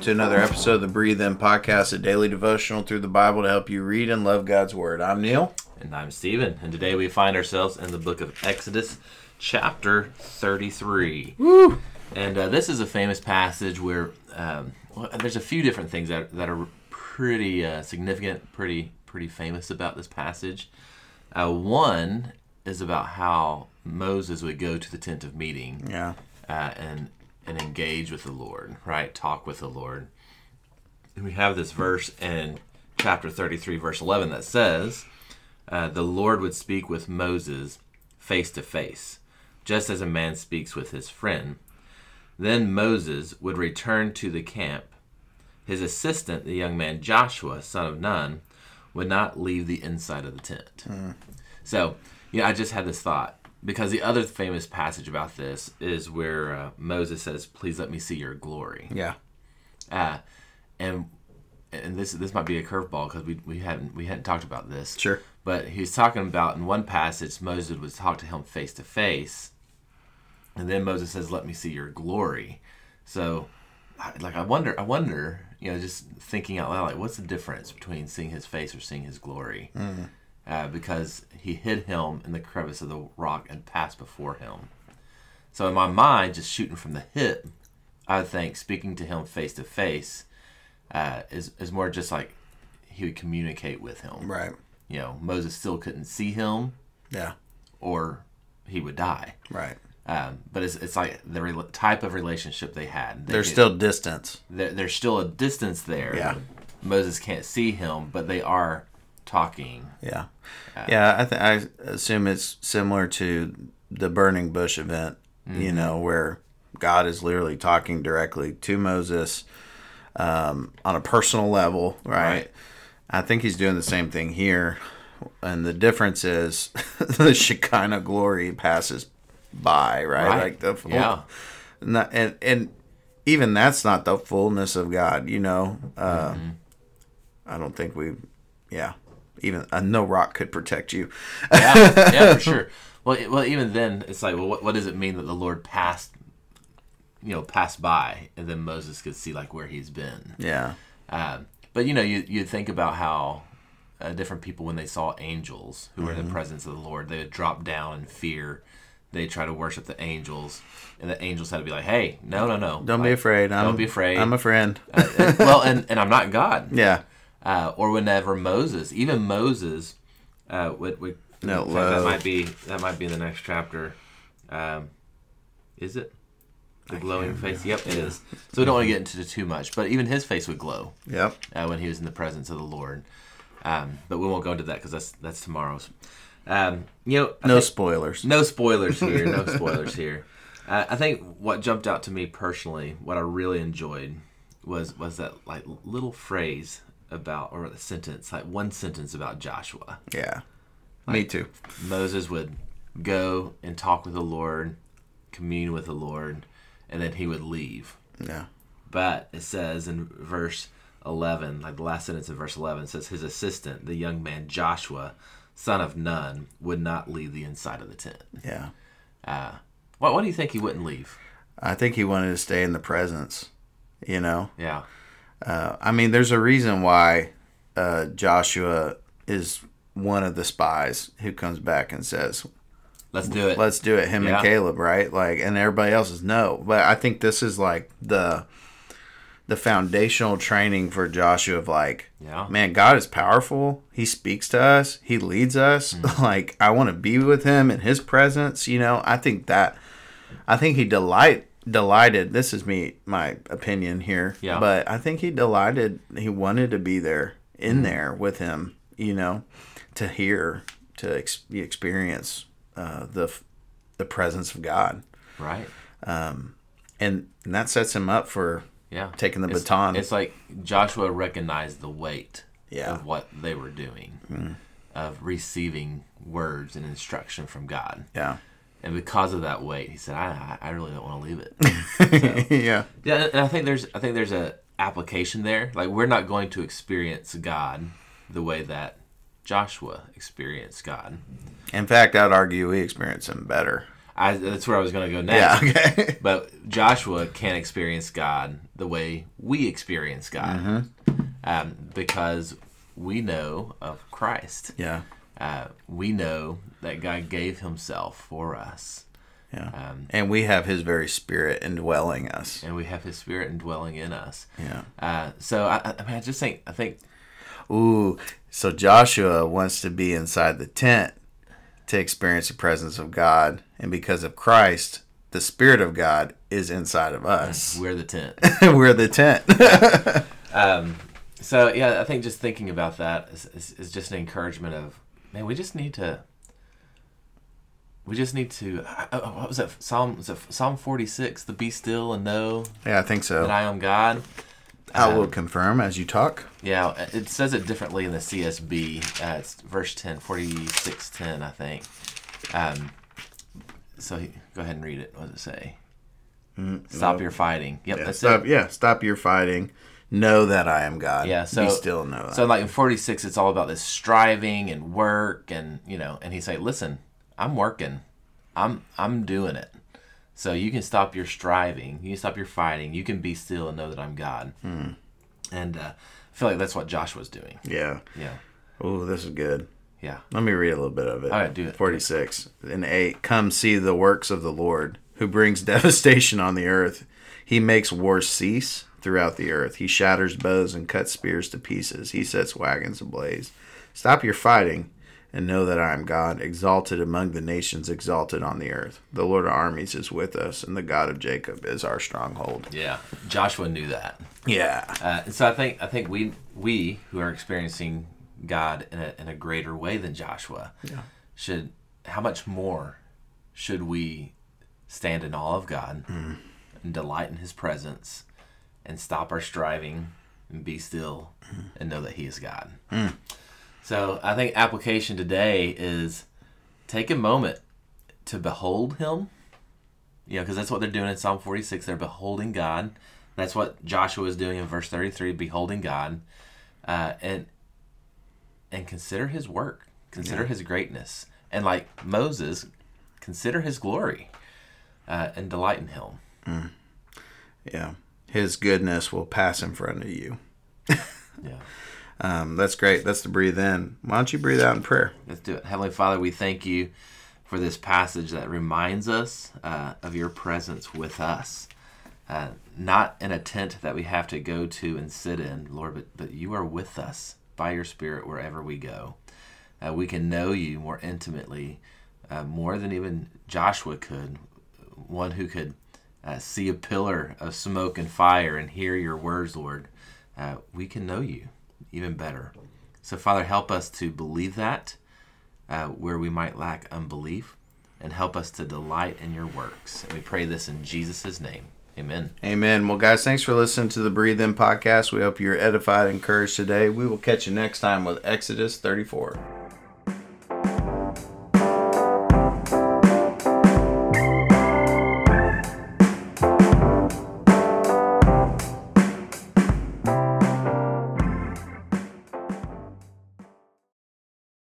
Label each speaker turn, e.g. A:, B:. A: to another episode of the Breathe In Podcast, a daily devotional through the Bible to help you read and love God's Word. I'm Neil.
B: And I'm Steven, and today we find ourselves in the book of Exodus, chapter 33. And uh, this is a famous passage where um, well, there's a few different things that, that are pretty uh, significant, pretty pretty famous about this passage. Uh, one is about how Moses would go to the tent of meeting
A: Yeah.
B: uh, and and engage with the Lord, right? Talk with the Lord. And we have this verse in chapter 33, verse 11, that says, uh, "The Lord would speak with Moses face to face, just as a man speaks with his friend." Then Moses would return to the camp. His assistant, the young man Joshua, son of Nun, would not leave the inside of the tent. So, yeah, I just had this thought because the other famous passage about this is where uh, Moses says, "Please let me see your glory,"
A: Yeah.
B: and and this this might be a curveball because we, we hadn't we hadn't talked about this.
A: Sure.
B: But he's talking about in one passage Moses would talk to him face to face, and then Moses says, "Let me see your glory." So, I- like I wonder, I wonder, you know, just thinking out loud, like what's the difference between seeing his face or seeing his glory? Uh, because he hid him in the crevice of the rock and passed before him. So in my mind, just shooting from the hip, I would think speaking to him face to face uh, is is more just like he would communicate with him
A: Right.
B: you know, Moses still couldn't see him
A: Yeah.
B: or he would die.
A: Right.
B: Um, but it's, it's like the rela type of relationship they had. They
A: There's
B: could-
A: still distance.
B: there, there's still a distance there.
A: Yeah.
B: Moses can't see him, but they are talking.
A: Yeah. Yeah. I, th- I assume it's similar to the burning bush event, you
B: Mm-hmm.
A: know, where God is literally talking directly to Moses um, on a personal level, right?
B: Right.
A: I think he's doing the same thing here. And the difference is the Shekinah glory passes by, right?
B: Right.
A: Like the full,
B: Yeah.
A: not, and and even that's not the fullness of God, you know. Uh,
B: Mm-hmm.
A: I don't think we, yeah, even uh, no rock could protect you.
B: Yeah, yeah, for sure. Well, it- well, even then, it's like, well, what, what does it mean that the Lord passed, you know, passed by, and then Moses could see like where he's been.
A: Yeah,
B: Um, but you know, you you think about how uh, different people, when they saw angels who were
A: Mm-hmm.
B: in the presence of the Lord, they would drop down in fear. They try to worship the angels, and the angels had to be like, "Hey, no, no, no!
A: don't be
B: Like,
A: afraid. I'm,
B: be afraid.
A: I'm a friend.
B: and- well, and and I'm not God.
A: yeah,
B: Uh, or whenever Moses, even Moses, uh, would, would
A: No,
B: in fact,
A: low.
B: that might be that might be in the next chapter. Um, is it the glowing face? Yep, it is. So we don't want to get into too much, but even his face would glow
A: yep,
B: uh, when he was in the presence of the Lord. Um, but we won't go into that because that's that's tomorrow's. Um, you know, I
A: no
B: think-
A: spoilers.
B: no spoilers here. No spoilers here. Uh, I think what jumped out to me personally, what I really enjoyed, was was that like little phrase about or a sentence, like one sentence about Joshua.
A: Yeah, me too.
B: Moses would go and talk with the Lord, commune with the Lord, and then he would leave.
A: Yeah,
B: But it says in verse 11, like the last sentence in verse 11 says, His assistant, the young man Joshua, son of Nun, would not leave the inside of the tent.
A: yeah.
B: Why, why do you think he wouldn't leave?
A: I think he wanted to stay in the presence. You know,
B: Yeah.
A: uh, I mean, there's a reason why uh, Joshua is one of the spies who comes back and says,
B: Let's do it.
A: let's do it him
B: Yeah.
A: and caleb right like and everybody else is no but i think this is like the the foundational training for joshua of like
B: Yeah.
A: man god is powerful he speaks to us he leads us like i want to be with him in his presence you know i think that i think he delight delighted this is me my opinion here
B: Yeah.
A: but i think he delighted he wanted to be there in there with him you know to hear to ex- experience uh, the f- the presence of god
B: Right.
A: and, and that sets him up for
B: Yeah.
A: taking the
B: It's-
A: baton
B: It's like Joshua recognized the weight
A: Yeah. Mm.
B: of what they were doing, of receiving words and instruction from God.
A: yeah
B: And because of that weight, he said, I, I I really don't want to leave it.
A: yeah
B: Yeah, and I think there's I think there's a application there. Like we're not going to experience God the way that Joshua experienced God.
A: in fact i'd argue we experience him better
B: I, that's where I was going to go
A: Yeah.
B: next.
A: Okay.
B: But Joshua can't experience God the way we experience God um, because we know of Christ.
A: yeah.
B: Uh, we know that God gave himself for us
A: Yeah.
B: um,
A: and we have His very Spirit indwelling us.
B: and we have his spirit indwelling in us.
A: Yeah.
B: Uh, so I, I- I mean, I just think, I think,
A: Ooh. So Joshua wants to be inside the tent to experience the presence of God, and because of Christ, the Spirit of God is inside of us.
B: we're the tent.
A: We're the tent.
B: So yeah, I think just thinking about that is, is, is just an encouragement of man. We just need to. We just need to. I- I- What was that Psalm? Was it Psalm forty six? The be still and know
A: yeah, I think so.
B: that I um, am God.
A: I will confirm as you talk.
B: Yeah, it says it differently in the CSB. Uh, it's verse 10, 46, 10, I think. Um, so he, go ahead and read it. What does it say? Stop your fighting. Yep,
A: Mm, Yeah,
B: that's it.
A: stop. Yeah, stop your fighting. Know that I am God.
B: Yeah, so
A: be still and know that.
B: So like in 46 it's all about this striving and work and you know and he's like listen, I'm working. I'm I'm doing it. So you can stop your striving, you can stop your fighting, you can be still and know that I'm God.
A: Hmm.
B: And uh, I feel like that's what Joshua's doing.
A: yeah.
B: Yeah.
A: Oh, this is good.
B: Yeah.
A: Let me read a little bit of it.
B: All right, do it.
A: 46 and 8. Come see the works of the Lord, who brings devastation on the earth. He makes war cease throughout the earth. He shatters bows and cuts spears to pieces. He sets wagons ablaze. Stop your fighting and know that I am God, exalted among the nations, exalted on the earth. The Lord of armies is with us, and the God of Jacob is our stronghold.
B: Yeah. Joshua knew that.
A: Yeah.
B: Uh, and so I think I think we we who are experiencing God in a, in a greater way than Joshua should how much more should we stand in awe of God and delight in His presence and stop our striving and be still and know that He is God. So I think application today is take a moment to behold Him. You know, because that's what they're doing in Psalm 46. They're beholding God. That's what Joshua is doing in verse 33, beholding God, uh, and and consider His work, consider His greatness, and like Moses, consider His glory, uh, and delight in Him.
A: Yeah. His goodness will pass in front of you.
B: Yeah.
A: Um, that's great. That's to breathe in. Why don't you breathe out in prayer?
B: Let's do it. Heavenly Father, we thank you for this passage that reminds us uh, of your presence with us. Uh, not in a tent that we have to go to and sit in, Lord, but, but you are with us by your Spirit wherever we go. Uh, we can know you more intimately, uh, more than even Joshua could, one who could uh, see a pillar of smoke and fire and hear your words, Lord. Uh, we can know you even better. So, Father, help us to believe that uh, where we might lack unbelief, and help us to delight in your works. And we pray this in Jesus' name. Amen.
A: Amen. Well, guys, thanks for listening to the Breathe In podcast. We hope you're edified and encouraged today. We will catch you next time with Exodus 34.